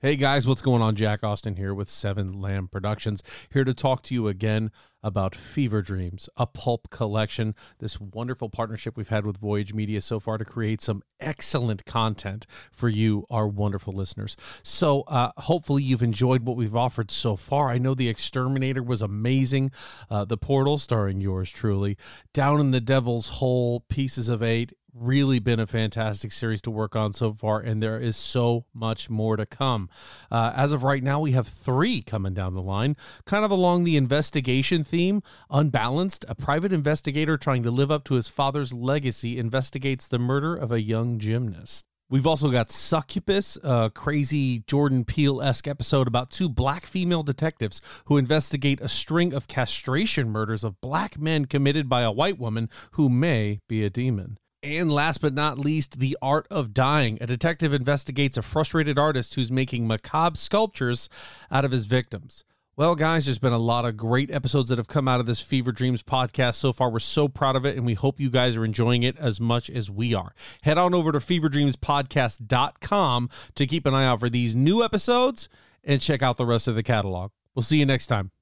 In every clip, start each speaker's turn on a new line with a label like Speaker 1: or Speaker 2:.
Speaker 1: Hey guys, what's going on? Jack Austin here with Seven Lamb Productions, here to talk to you again about Fever Dreams, a pulp collection. This wonderful partnership we've had with Voyage Media so far to create some excellent content for you, our wonderful listeners. So, uh, hopefully, you've enjoyed what we've offered so far. I know The Exterminator was amazing, uh, The Portal, starring yours truly, Down in the Devil's Hole, Pieces of Eight really been a fantastic series to work on so far, and there is so much more to come. Uh, as of right now, we have three coming down the line, kind of along the investigation theme. Unbalanced, a private investigator trying to live up to his father's legacy, investigates the murder of a young gymnast. We've also got Succubus, a crazy Jordan Peele esque episode about two black female detectives who investigate a string of castration murders of black men committed by a white woman who may be a demon. And last but not least, The Art of Dying. A detective investigates a frustrated artist who's making macabre sculptures out of his victims. Well, guys, there's been a lot of great episodes that have come out of this Fever Dreams podcast so far. We're so proud of it, and we hope you guys are enjoying it as much as we are. Head on over to feverdreamspodcast.com to keep an eye out for these new episodes and check out the rest of the catalog. We'll see you next time.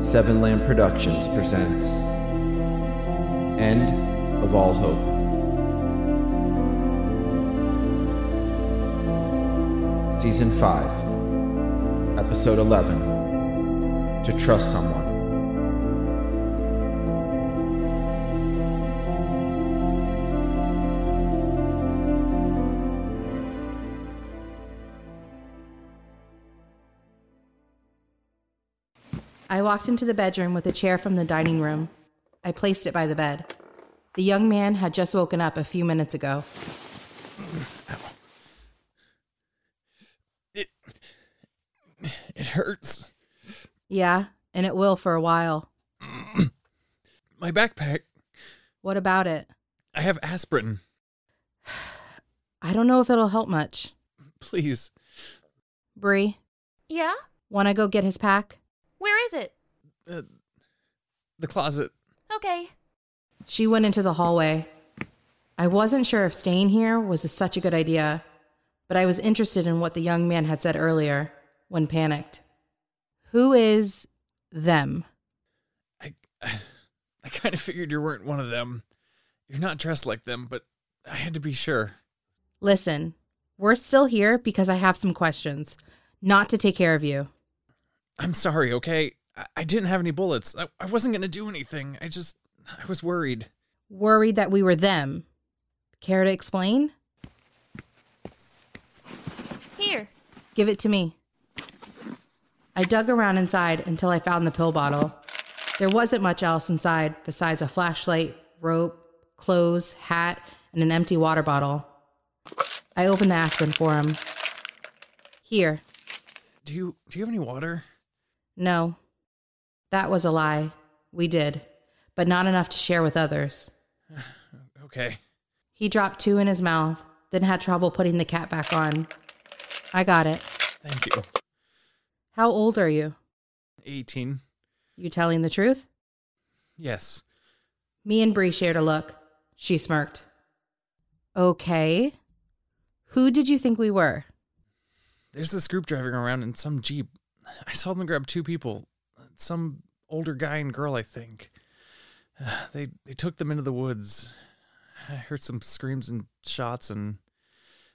Speaker 2: Seven Lamb Productions presents End of All Hope. Season 5, Episode 11 To Trust Someone.
Speaker 3: I walked into the bedroom with a chair from the dining room. I placed it by the bed. The young man had just woken up a few minutes ago.
Speaker 4: It hurts.
Speaker 3: Yeah, and it will for a while.
Speaker 4: My backpack.
Speaker 3: What about it?
Speaker 4: I have aspirin.
Speaker 3: I don't know if it'll help much.
Speaker 4: Please.
Speaker 3: Bree,
Speaker 5: Yeah?
Speaker 3: wanna go get his pack?
Speaker 5: Where is it?
Speaker 4: Uh, the closet.
Speaker 5: Okay.
Speaker 3: She went into the hallway. I wasn't sure if staying here was such a good idea, but I was interested in what the young man had said earlier when panicked. Who is them?
Speaker 4: I I, I kind of figured you weren't one of them. You're not dressed like them, but I had to be sure.
Speaker 3: Listen, we're still here because I have some questions, not to take care of you.
Speaker 4: I'm sorry, okay? I, I didn't have any bullets. I, I wasn't going to do anything. I just I was worried.
Speaker 3: Worried that we were them. Care to explain?
Speaker 5: Here.
Speaker 3: Give it to me. I dug around inside until I found the pill bottle. There wasn't much else inside besides a flashlight, rope, clothes, hat, and an empty water bottle. I opened the aspirin for him. Here.
Speaker 4: Do you do you have any water?
Speaker 3: No. That was a lie. We did, but not enough to share with others.
Speaker 4: Okay.
Speaker 3: He dropped two in his mouth, then had trouble putting the cap back on. I got it.
Speaker 4: Thank you.
Speaker 3: How old are you?
Speaker 4: 18.
Speaker 3: You telling the truth?
Speaker 4: Yes.
Speaker 3: Me and Bree shared a look. She smirked. Okay. Who did you think we were?
Speaker 4: There's this group driving around in some Jeep. I saw them grab two people, some older guy and girl, I think. Uh, They they took them into the woods. I heard some screams and shots and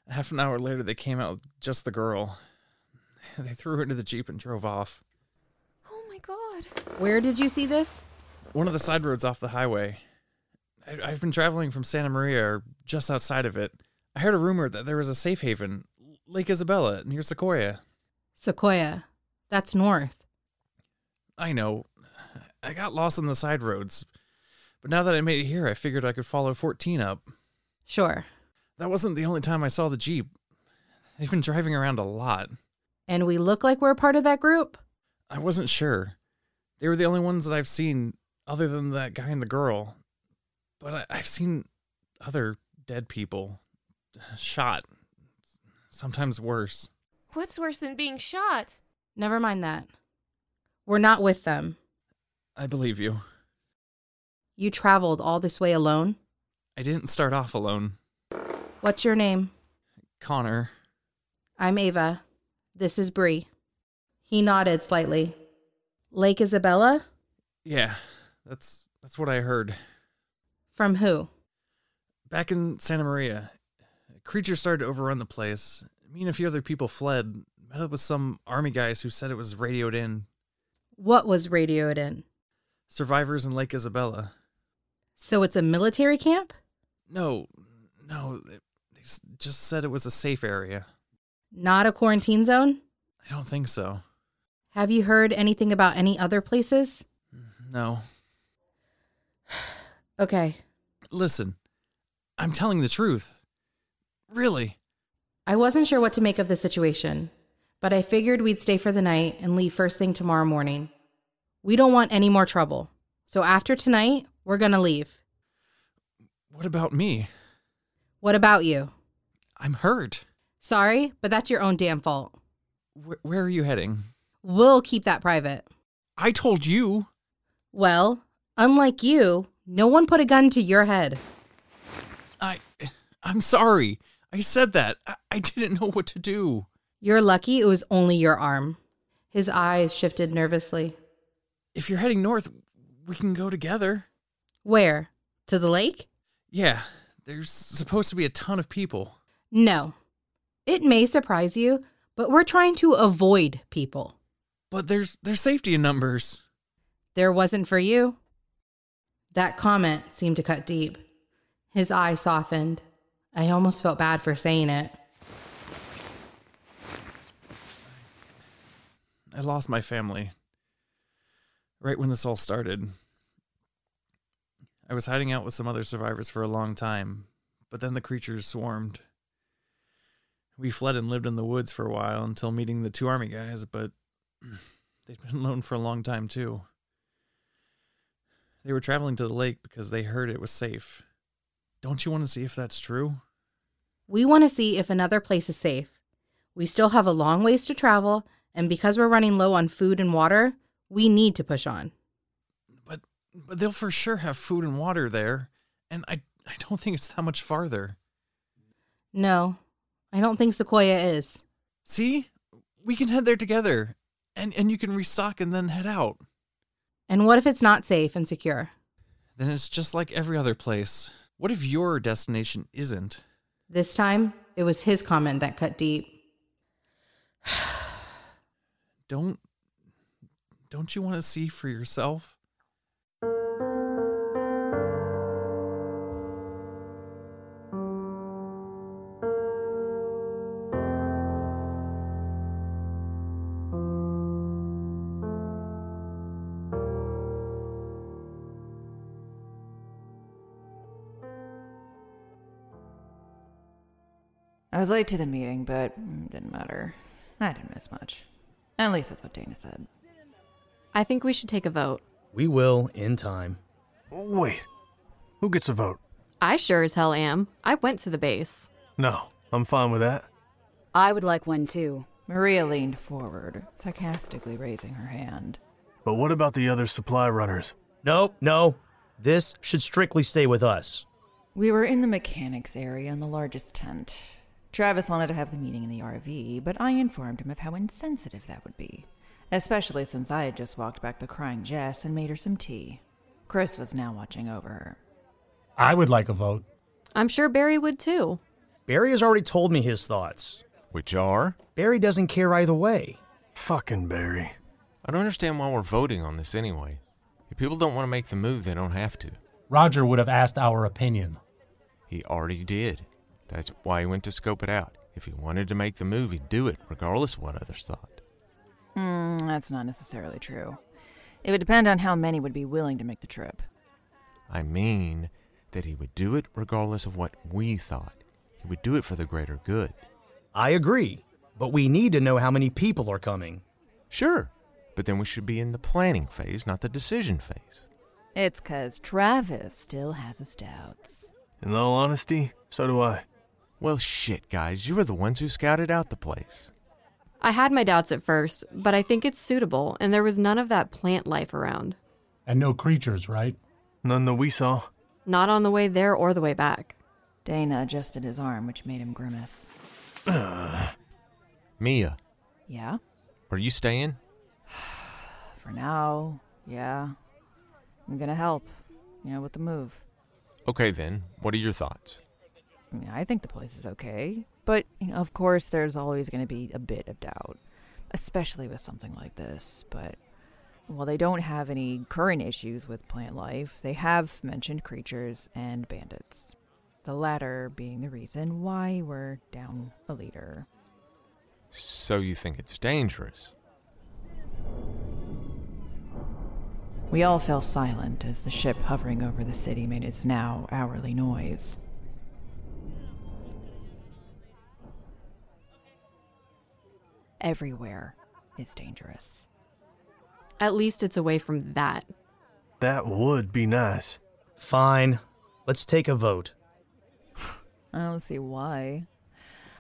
Speaker 4: half an hour later they came out with just the girl. They threw her into the Jeep and drove off.
Speaker 5: Oh my god.
Speaker 3: Where did you see this?
Speaker 4: One of the side roads off the highway. I, I've been traveling from Santa Maria or just outside of it. I heard a rumor that there was a safe haven, Lake Isabella, near Sequoia.
Speaker 3: Sequoia. That's north.
Speaker 4: I know. I got lost on the side roads. But now that I made it here, I figured I could follow 14 up.
Speaker 3: Sure.
Speaker 4: That wasn't the only time I saw the Jeep. They've been driving around a lot.
Speaker 3: And we look like we're part of that group?
Speaker 4: I wasn't sure. They were the only ones that I've seen, other than that guy and the girl. But I, I've seen other dead people shot, sometimes worse.
Speaker 5: What's worse than being shot?
Speaker 3: Never mind that. We're not with them.
Speaker 4: I believe you.
Speaker 3: You traveled all this way alone?
Speaker 4: I didn't start off alone.
Speaker 3: What's your name?
Speaker 4: Connor.
Speaker 3: I'm Ava. This is Bree. He nodded slightly. Lake Isabella?
Speaker 4: Yeah, that's that's what I heard.
Speaker 3: From who?
Speaker 4: Back in Santa Maria, creatures started to overrun the place. Me and a few other people fled. Met up with some army guys who said it was radioed in.
Speaker 3: What was radioed in?
Speaker 4: Survivors in Lake Isabella.
Speaker 3: So it's a military camp?
Speaker 4: No, no, they just said it was a safe area.
Speaker 3: Not a quarantine zone?
Speaker 4: I don't think so.
Speaker 3: Have you heard anything about any other places?
Speaker 4: No.
Speaker 3: Okay.
Speaker 4: Listen, I'm telling the truth. Really.
Speaker 3: I wasn't sure what to make of the situation, but I figured we'd stay for the night and leave first thing tomorrow morning. We don't want any more trouble. So after tonight, we're going to leave.
Speaker 4: What about me?
Speaker 3: What about you?
Speaker 4: I'm hurt.
Speaker 3: Sorry, but that's your own damn fault.
Speaker 4: Wh- where are you heading?
Speaker 3: We'll keep that private.
Speaker 4: I told you.
Speaker 3: Well, unlike you, no one put a gun to your head.
Speaker 4: I I'm sorry. I said that. I, I didn't know what to do.
Speaker 3: You're lucky it was only your arm. His eyes shifted nervously.
Speaker 4: If you're heading north, we can go together.
Speaker 3: Where? To the lake?
Speaker 4: Yeah, there's supposed to be a ton of people.
Speaker 3: No. It may surprise you, but we're trying to avoid people.
Speaker 4: But there's there's safety in numbers.
Speaker 3: There wasn't for you. That comment seemed to cut deep. His eye softened. I almost felt bad for saying it.
Speaker 4: I lost my family right when this all started. I was hiding out with some other survivors for a long time, but then the creatures swarmed. We fled and lived in the woods for a while until meeting the two army guys, but they'd been alone for a long time too. They were traveling to the lake because they heard it was safe. Don't you want to see if that's true?
Speaker 3: We want to see if another place is safe. We still have a long ways to travel, and because we're running low on food and water, we need to push on.
Speaker 4: But but they'll for sure have food and water there, and I I don't think it's that much farther.
Speaker 3: No, I don't think Sequoia is.
Speaker 4: See? We can head there together. And and you can restock and then head out.
Speaker 3: And what if it's not safe and secure?
Speaker 4: Then it's just like every other place. What if your destination isn't?
Speaker 3: This time, it was his comment that cut deep.
Speaker 4: don't don't you want to see for yourself?
Speaker 6: I was late to the meeting, but it didn't matter. I didn't miss much. At least that's what Dana said.
Speaker 7: I think we should take a vote.
Speaker 8: We will in time.
Speaker 9: Wait, who gets a vote?
Speaker 7: I sure as hell am. I went to the base.
Speaker 9: No, I'm fine with that.
Speaker 10: I would like one too.
Speaker 6: Maria leaned forward, sarcastically raising her hand.
Speaker 9: But what about the other supply runners?
Speaker 8: Nope, no. This should strictly stay with us.
Speaker 6: We were in the mechanics area in the largest tent. Travis wanted to have the meeting in the RV, but I informed him of how insensitive that would be, especially since I had just walked back the crying Jess and made her some tea. Chris was now watching over her.
Speaker 1: I would like a vote.
Speaker 7: I'm sure Barry would too.
Speaker 8: Barry has already told me his thoughts.
Speaker 11: Which are?
Speaker 8: Barry doesn't care either way.
Speaker 9: Fucking Barry.
Speaker 11: I don't understand why we're voting on this anyway. If people don't want to make the move, they don't have to.
Speaker 1: Roger would have asked our opinion.
Speaker 11: He already did. That's why he went to scope it out. If he wanted to make the move, he'd do it, regardless of what others thought.
Speaker 6: Mm, that's not necessarily true. It would depend on how many would be willing to make the trip.
Speaker 11: I mean that he would do it regardless of what we thought. He would do it for the greater good.
Speaker 8: I agree, but we need to know how many people are coming.
Speaker 11: Sure, but then we should be in the planning phase, not the decision phase.
Speaker 6: It's 'cause Travis still has his doubts.
Speaker 9: In all honesty, so do I.
Speaker 11: Well, shit, guys, you were the ones who scouted out the place.
Speaker 7: I had my doubts at first, but I think it's suitable, and there was none of that plant life around.
Speaker 1: And no creatures, right?
Speaker 9: None that we saw.
Speaker 7: Not on the way there or the way back.
Speaker 6: Dana adjusted his arm, which made him grimace.
Speaker 11: Mia,
Speaker 6: Yeah?
Speaker 11: are you staying?
Speaker 6: For now, yeah. I'm gonna help, you know, with the move.
Speaker 11: Okay, then. What are your thoughts?
Speaker 6: I mean, I think the place is okay, but you know, of course, there's always gonna be a bit of doubt, especially with something like this. But while they don't have any current issues with plant life, they have mentioned creatures and bandits. The latter being the reason why we're down a leader.
Speaker 11: So you think it's dangerous?
Speaker 6: We all fell silent as the ship hovering over the city made its now hourly noise. Everywhere is dangerous.
Speaker 7: At least it's away from that.
Speaker 9: That would be nice.
Speaker 8: Fine. Let's take a vote.
Speaker 6: I don't see why.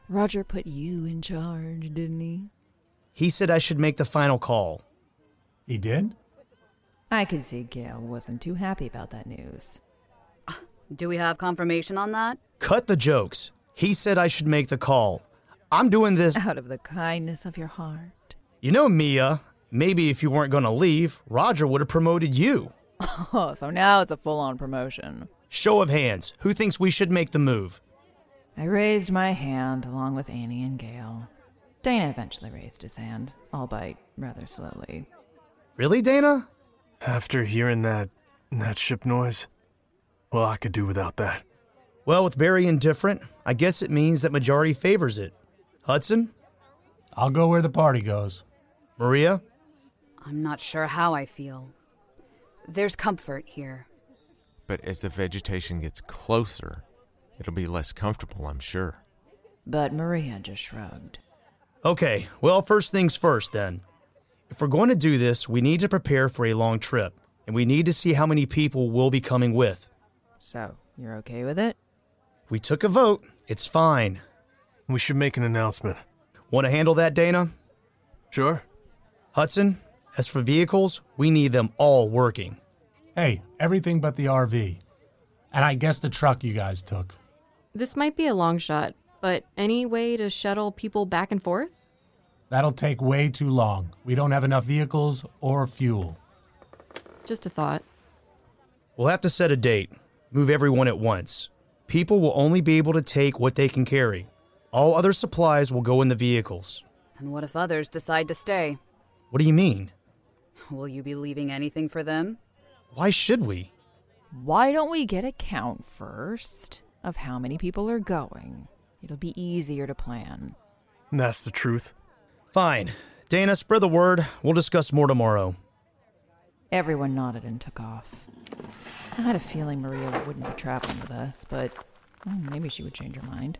Speaker 6: Roger put you in charge, didn't he?
Speaker 8: He said I should make the final call.
Speaker 1: He did?
Speaker 6: I could see Gail wasn't too happy about that news.
Speaker 10: Do we have confirmation on that?
Speaker 8: Cut the jokes. He said I should make the call. I'm doing this.
Speaker 6: Out of the kindness of your heart.
Speaker 8: You know, Mia, maybe if you weren't going to leave, Roger would have promoted you.
Speaker 6: Oh, so now it's a full on promotion.
Speaker 8: Show of hands. Who thinks we should make the move?
Speaker 6: I raised my hand along with Annie and Gail. Dana eventually raised his hand, albeit rather slowly.
Speaker 8: Really, Dana?
Speaker 9: After hearing that that ship noise, well, I could do without that.
Speaker 8: Well, with Barry indifferent, I guess it means that majority favors it. Hudson?
Speaker 1: I'll go where the party goes.
Speaker 8: Maria?
Speaker 10: I'm not sure how I feel. There's comfort here.
Speaker 11: But as the vegetation gets closer, it'll be less comfortable, I'm sure.
Speaker 6: But Maria just shrugged.
Speaker 8: Okay, well, first things first then. If we're going to do this, we need to prepare for a long trip, and we need to see how many people we'll be coming with.
Speaker 6: So, you're okay with it?
Speaker 8: We took a vote. It's fine.
Speaker 9: We should make an announcement.
Speaker 8: Want to handle that, Dana?
Speaker 9: Sure.
Speaker 8: Hudson, as for vehicles, we need them all working.
Speaker 1: Hey, everything but the RV. And I guess the truck you guys took.
Speaker 7: This might be a long shot, but any way to shuttle people back and forth?
Speaker 1: That'll take way too long. We don't have enough vehicles or fuel.
Speaker 7: Just a thought.
Speaker 8: We'll have to set a date, move everyone at once. People will only be able to take what they can carry. All other supplies will go in the vehicles.
Speaker 10: And what if others decide to stay?
Speaker 8: What do you mean?
Speaker 10: Will you be leaving anything for them?
Speaker 8: Why should we?
Speaker 6: Why don't we get a count first of how many people are going? It'll be easier to plan.
Speaker 9: That's the truth.
Speaker 8: Fine. Dana, spread the word. We'll discuss more tomorrow.
Speaker 6: Everyone nodded and took off. I had a feeling Maria wouldn't be traveling with us, but oh, maybe she would change her mind.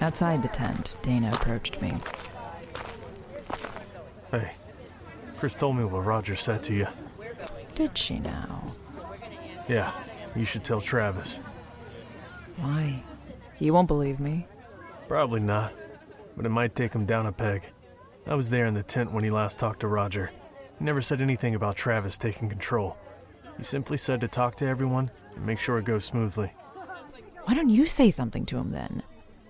Speaker 6: Outside the tent, Dana approached me.
Speaker 9: Hey, Chris told me what Roger said to you.
Speaker 6: Did she now?
Speaker 9: Yeah, you should tell Travis.
Speaker 6: Why? He won't believe me.
Speaker 9: Probably not, but it might take him down a peg. I was there in the tent when he last talked to Roger. He never said anything about Travis taking control. He simply said to talk to everyone and make sure it goes smoothly.
Speaker 6: Why don't you say something to him then?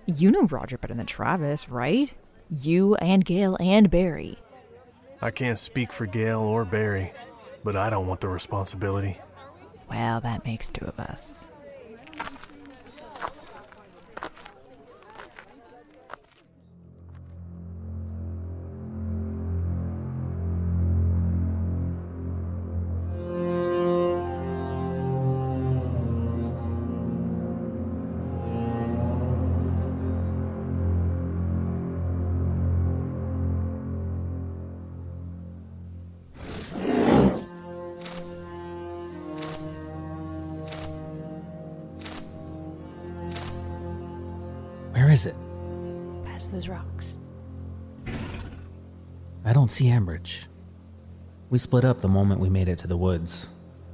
Speaker 6: You know Roger better than Travis, right? You and Gail and Barry.
Speaker 9: I can't speak for Gail or Barry, but I don't want the responsibility.
Speaker 6: Well, that makes two of us.
Speaker 12: Where is it?
Speaker 13: Past those rocks.
Speaker 12: I don't see Ambridge. We split up the moment we made it to the woods.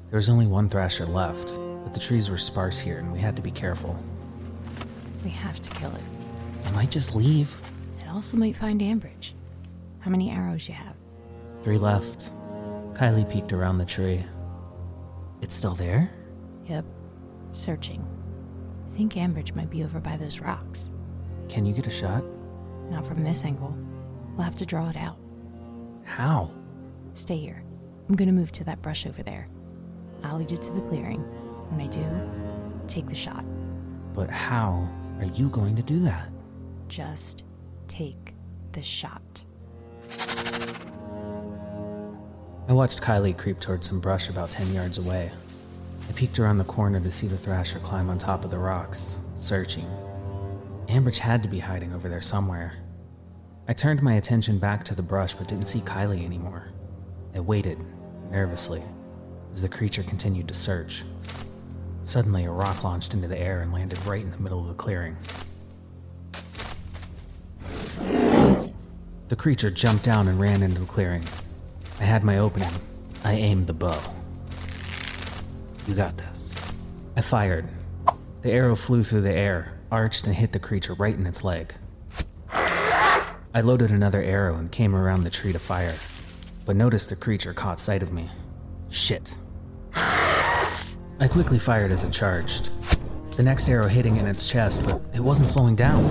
Speaker 12: There was only one thrasher left, but the trees were sparse here and we had to be careful.
Speaker 13: We have to kill it.
Speaker 12: I might just leave.
Speaker 13: It also might find Ambridge. How many arrows you have?
Speaker 12: Three left. Kylie peeked around the tree. It's still there?
Speaker 13: Yep. Searching. I think Ambridge might be over by those rocks.
Speaker 12: Can you get a shot?
Speaker 13: Not from this angle. We'll have to draw it out.
Speaker 12: How?
Speaker 13: Stay here. I'm gonna move to that brush over there. I'll lead it to the clearing. When I do, take the shot.
Speaker 12: But how are you going to do that?
Speaker 13: Just take the shot.
Speaker 12: I watched Kylie creep toward some brush about 10 yards away. I peeked around the corner to see the thrasher climb on top of the rocks, searching. Ambridge had to be hiding over there somewhere. I turned my attention back to the brush but didn't see Kylie anymore. I waited, nervously, as the creature continued to search. Suddenly, a rock launched into the air and landed right in the middle of the clearing. The creature jumped down and ran into the clearing. I had my opening. I aimed the bow. You got this. I fired. The arrow flew through the air, arched and hit the creature right in its leg. I loaded another arrow and came around the tree to fire, but noticed the creature caught sight of me. Shit. I quickly fired as it charged. The next arrow hitting in its chest, but it wasn't slowing down.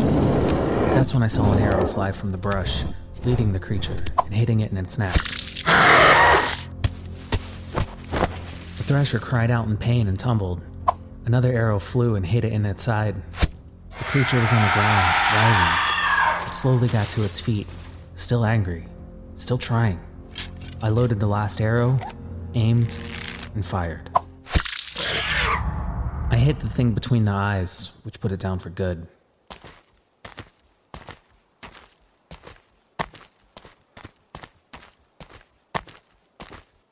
Speaker 12: That's when I saw an arrow fly from the brush, leading the creature and hitting it in its neck. The thrasher cried out in pain and tumbled. Another arrow flew and hit it in its side. The creature was on the ground, writhing. It slowly got to its feet, still angry, still trying. I loaded the last arrow, aimed, and fired. I hit the thing between the eyes, which put it down for good.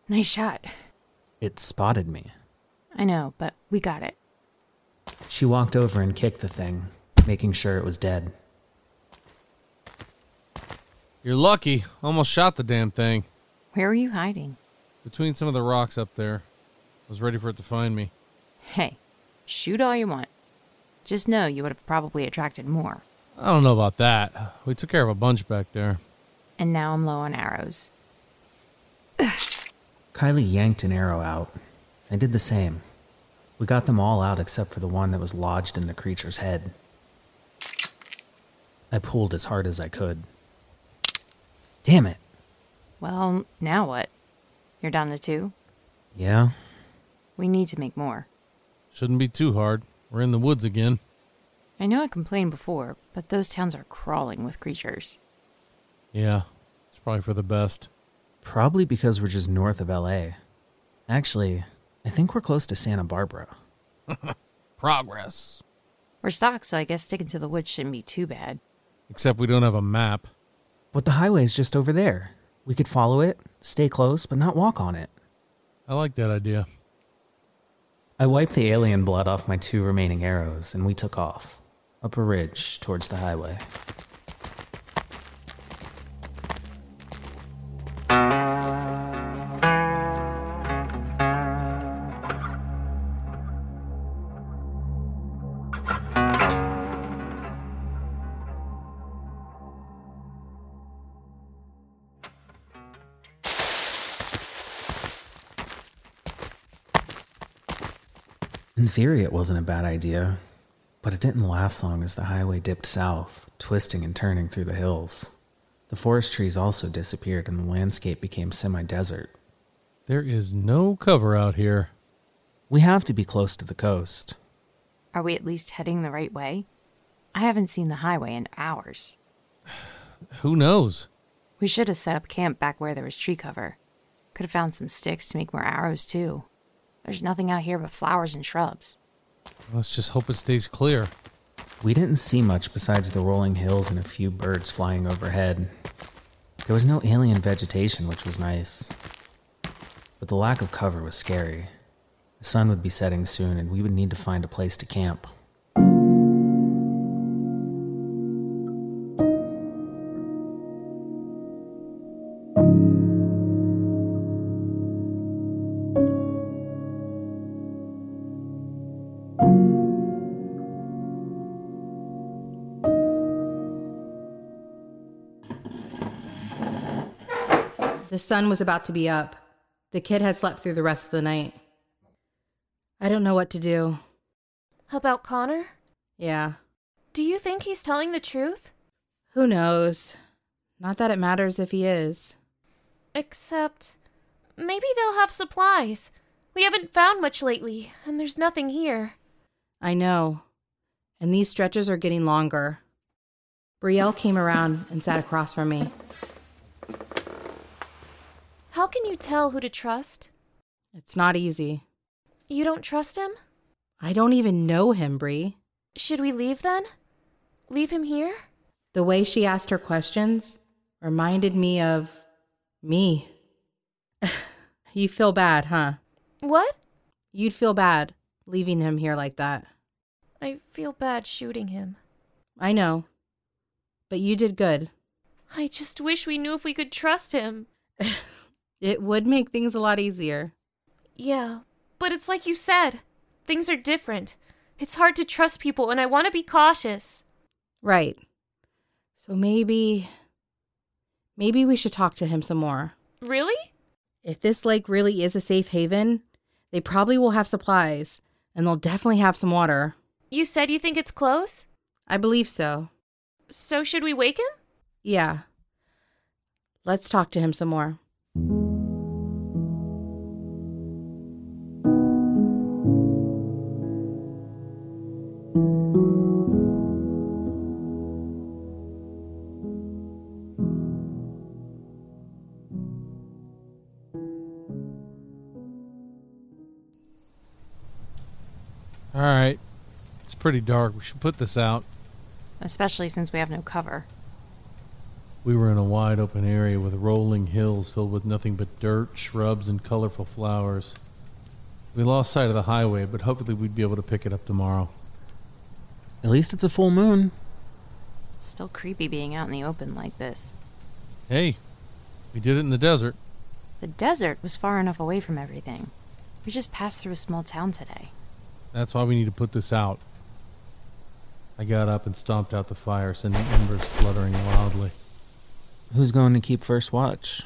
Speaker 13: Nice shot.
Speaker 12: It spotted me.
Speaker 13: I know, but we got it.
Speaker 12: She walked over and kicked the thing, making sure it was dead.
Speaker 14: You're lucky. Almost shot the damn thing.
Speaker 13: Where were you hiding?
Speaker 14: Between some of the rocks up there. I was ready for it to find me.
Speaker 13: Hey, shoot all you want. Just know you would have probably attracted more.
Speaker 14: I don't know about that. We took care of a bunch back there.
Speaker 13: And now I'm low on arrows.
Speaker 12: Kylie yanked an arrow out. I did the same. We got them all out except for the one that was lodged in the creature's head. I pulled as hard as I could. Damn it.
Speaker 13: Well, now what? You're down to two?
Speaker 12: Yeah.
Speaker 13: We need to make more.
Speaker 14: Shouldn't be too hard. We're in the woods again.
Speaker 13: I know I complained before, but those towns are crawling with creatures.
Speaker 14: Yeah, it's probably for the best.
Speaker 12: Probably because we're just north of LA. Actually, I think we're close to Santa Barbara.
Speaker 14: Progress.
Speaker 13: We're stuck, so I guess sticking to the woods shouldn't be too bad.
Speaker 14: Except we don't have a map.
Speaker 12: But the highway's just over there. We could follow it, stay close, but not walk on it.
Speaker 14: I like that idea.
Speaker 12: I wiped the alien blood off my two remaining arrows, and we took off, up a ridge towards the highway. In theory, it wasn't a bad idea, but it didn't last long as the highway dipped south, twisting and turning through the hills. The forest trees also disappeared and the landscape became semi desert.
Speaker 14: There is no cover out here.
Speaker 12: We have to be close to the coast.
Speaker 13: Are we at least heading the right way? I haven't seen the highway in hours.
Speaker 14: Who knows?
Speaker 13: We should have set up camp back where there was tree cover. Could have found some sticks to make more arrows, too. There's nothing out here but flowers and shrubs.
Speaker 14: Let's just hope it stays clear.
Speaker 12: We didn't see much besides the rolling hills and a few birds flying overhead. There was no alien vegetation, which was nice. But the lack of cover was scary. The sun would be setting soon, and we would need to find a place to camp.
Speaker 3: The sun was about to be up. The kid had slept through the rest of the night. I don't know what to do.
Speaker 5: About Connor?
Speaker 3: Yeah.
Speaker 5: Do you think he's telling the truth?
Speaker 3: Who knows? Not that it matters if he is.
Speaker 5: Except, maybe they'll have supplies. We haven't found much lately, and there's nothing here.
Speaker 3: I know. And these stretches are getting longer. Brielle came around and sat across from me.
Speaker 5: How can you tell who to trust?
Speaker 3: It's not easy.
Speaker 5: You don't trust him?
Speaker 3: I don't even know him, Bree.
Speaker 5: Should we leave then? Leave him here?
Speaker 3: The way she asked her questions reminded me of me. you feel bad, huh?
Speaker 5: What?
Speaker 3: You'd feel bad leaving him here like that.
Speaker 5: I feel bad shooting him.
Speaker 3: I know. But you did good.
Speaker 5: I just wish we knew if we could trust him.
Speaker 3: it would make things a lot easier.
Speaker 5: Yeah, but it's like you said things are different. It's hard to trust people, and I want to be cautious.
Speaker 3: Right. So maybe. Maybe we should talk to him some more.
Speaker 5: Really?
Speaker 3: If this lake really is a safe haven, they probably will have supplies, and they'll definitely have some water.
Speaker 5: You said you think it's close?
Speaker 3: I believe so.
Speaker 5: So, should we wake him?
Speaker 3: Yeah. Let's talk to him some more.
Speaker 14: All right. It's pretty dark. We should put this out.
Speaker 13: Especially since we have no cover.
Speaker 14: We were in a wide open area with rolling hills filled with nothing but dirt, shrubs, and colorful flowers. We lost sight of the highway, but hopefully we'd be able to pick it up tomorrow.
Speaker 12: At least it's a full moon.
Speaker 13: Still creepy being out in the open like this.
Speaker 14: Hey, we did it in the desert.
Speaker 13: The desert was far enough away from everything. We just passed through a small town today.
Speaker 14: That's why we need to put this out. I got up and stomped out the fire, sending embers fluttering wildly.
Speaker 12: Who's going to keep first watch?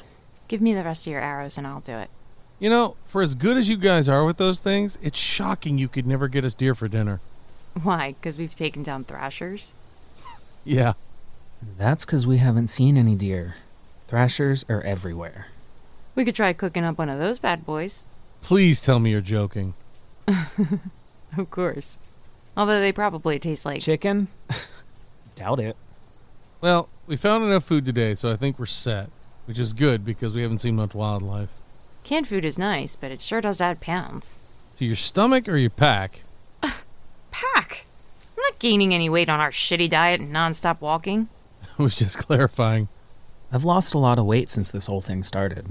Speaker 13: Give me the rest of your arrows and I'll do it.
Speaker 14: You know, for as good as you guys are with those things, it's shocking you could never get us deer for dinner.
Speaker 13: Why? Because we've taken down thrashers?
Speaker 14: Yeah.
Speaker 12: That's because we haven't seen any deer. Thrashers are everywhere.
Speaker 13: We could try cooking up one of those bad boys.
Speaker 14: Please tell me you're joking.
Speaker 13: Of course. Although they probably taste like
Speaker 12: chicken. Doubt it.
Speaker 14: Well, we found enough food today, so I think we're set, which is good because we haven't seen much wildlife.
Speaker 13: Canned food is nice, but it sure does add pounds.
Speaker 14: To your stomach or your pack?
Speaker 13: pack? I'm not gaining any weight on our shitty diet and nonstop walking.
Speaker 14: I was just clarifying.
Speaker 12: I've lost a lot of weight since this whole thing started.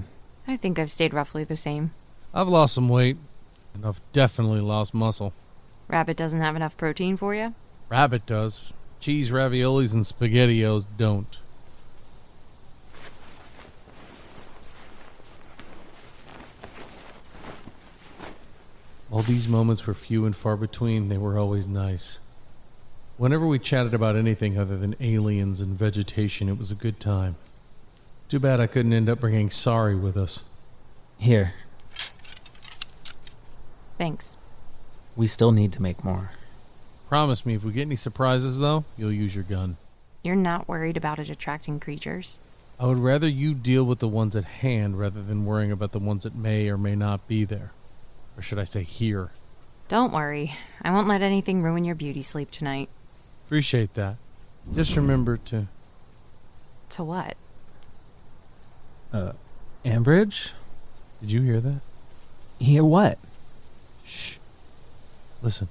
Speaker 13: I think I've stayed roughly the same.
Speaker 14: I've lost some weight, and I've definitely lost muscle.
Speaker 13: Rabbit doesn't have enough protein for you?
Speaker 14: Rabbit does. Cheese raviolis and spaghettios don't. While these moments were few and far between, they were always nice. Whenever we chatted about anything other than aliens and vegetation, it was a good time. Too bad I couldn't end up bringing Sorry with us.
Speaker 12: Here.
Speaker 13: Thanks.
Speaker 12: We still need to make more.
Speaker 14: Promise me, if we get any surprises, though, you'll use your gun.
Speaker 13: You're not worried about it attracting creatures?
Speaker 14: I would rather you deal with the ones at hand rather than worrying about the ones that may or may not be there. Or should I say, here?
Speaker 13: Don't worry. I won't let anything ruin your beauty sleep tonight.
Speaker 14: Appreciate that. Just remember to.
Speaker 13: To what?
Speaker 12: Uh, Ambridge?
Speaker 14: Did you hear that?
Speaker 12: Hear what?
Speaker 14: Shh. Listen.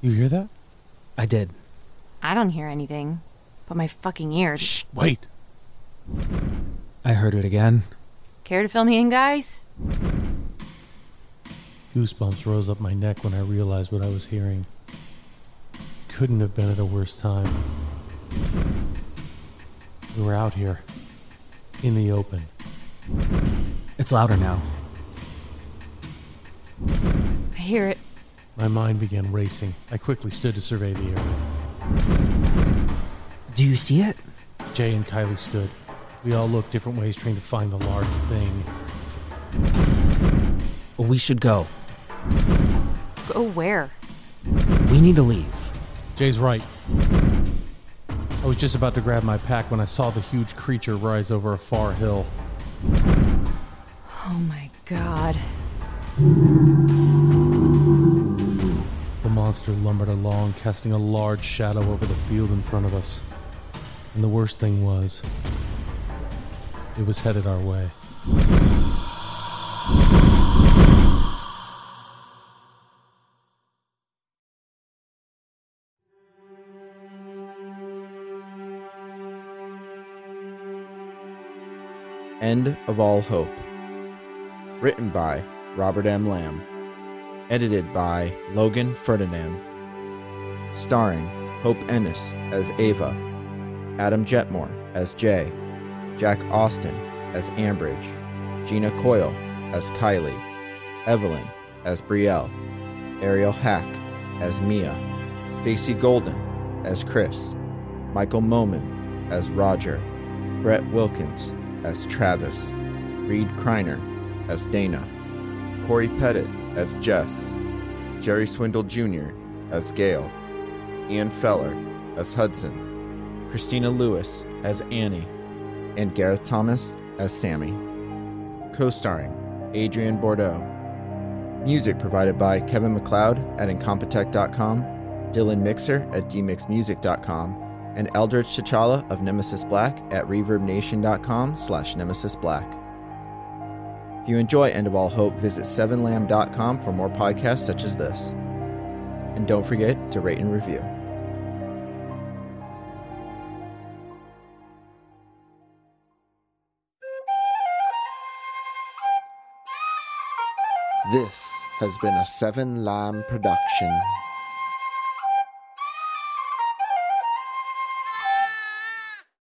Speaker 14: You hear that?
Speaker 12: I did.
Speaker 13: I don't hear anything, but my fucking ears.
Speaker 14: Shh, wait.
Speaker 12: I heard it again.
Speaker 13: Care to fill me in, guys?
Speaker 14: Goosebumps rose up my neck when I realized what I was hearing. Couldn't have been at a worse time. We were out here, in the open.
Speaker 12: It's louder now.
Speaker 13: I hear it.
Speaker 14: My mind began racing. I quickly stood to survey the area.
Speaker 12: Do you see it?
Speaker 14: Jay and Kylie stood, We all look different ways trying to find the large thing.
Speaker 12: We should go.
Speaker 13: Go where?
Speaker 12: We need to leave.
Speaker 14: Jay's right. I was just about to grab my pack when I saw the huge creature rise over a far hill.
Speaker 13: Oh my god.
Speaker 14: The monster lumbered along, casting a large shadow over the field in front of us. And the worst thing was, it was headed our way.
Speaker 2: End of All Hope. Written by Robert M. Lamb. Edited by Logan Ferdinand. Starring Hope Ennis as Ava, Adam Jetmore as Jay, Jack Austin as Ambridge, Gina Coyle as Kylie, Evelyn as Brielle, Ariel Hack as Mia, Stacy Golden as Chris, Michael Moman as Roger, Brett Wilkins as Travis, Reed Kreiner as Dana, Corey Pettit as Jess, Jerry Swindle Jr. as Gail, Ian Feller as Hudson, Christina Lewis as Annie, and Gareth Thomas as Sammy. Co starring Adrian Bordeaux. Music provided by Kevin McLeod at Incompetech.com, Dylan Mixer at dmixmusic.com, and Eldritch T'Challa of Nemesis Black at ReverbNation.com slash Nemesis Black. If you enjoy End of All Hope, visit 7lamb.com for more podcasts such as this. And don't forget to rate and review.
Speaker 15: This has been a Seven Lamb production.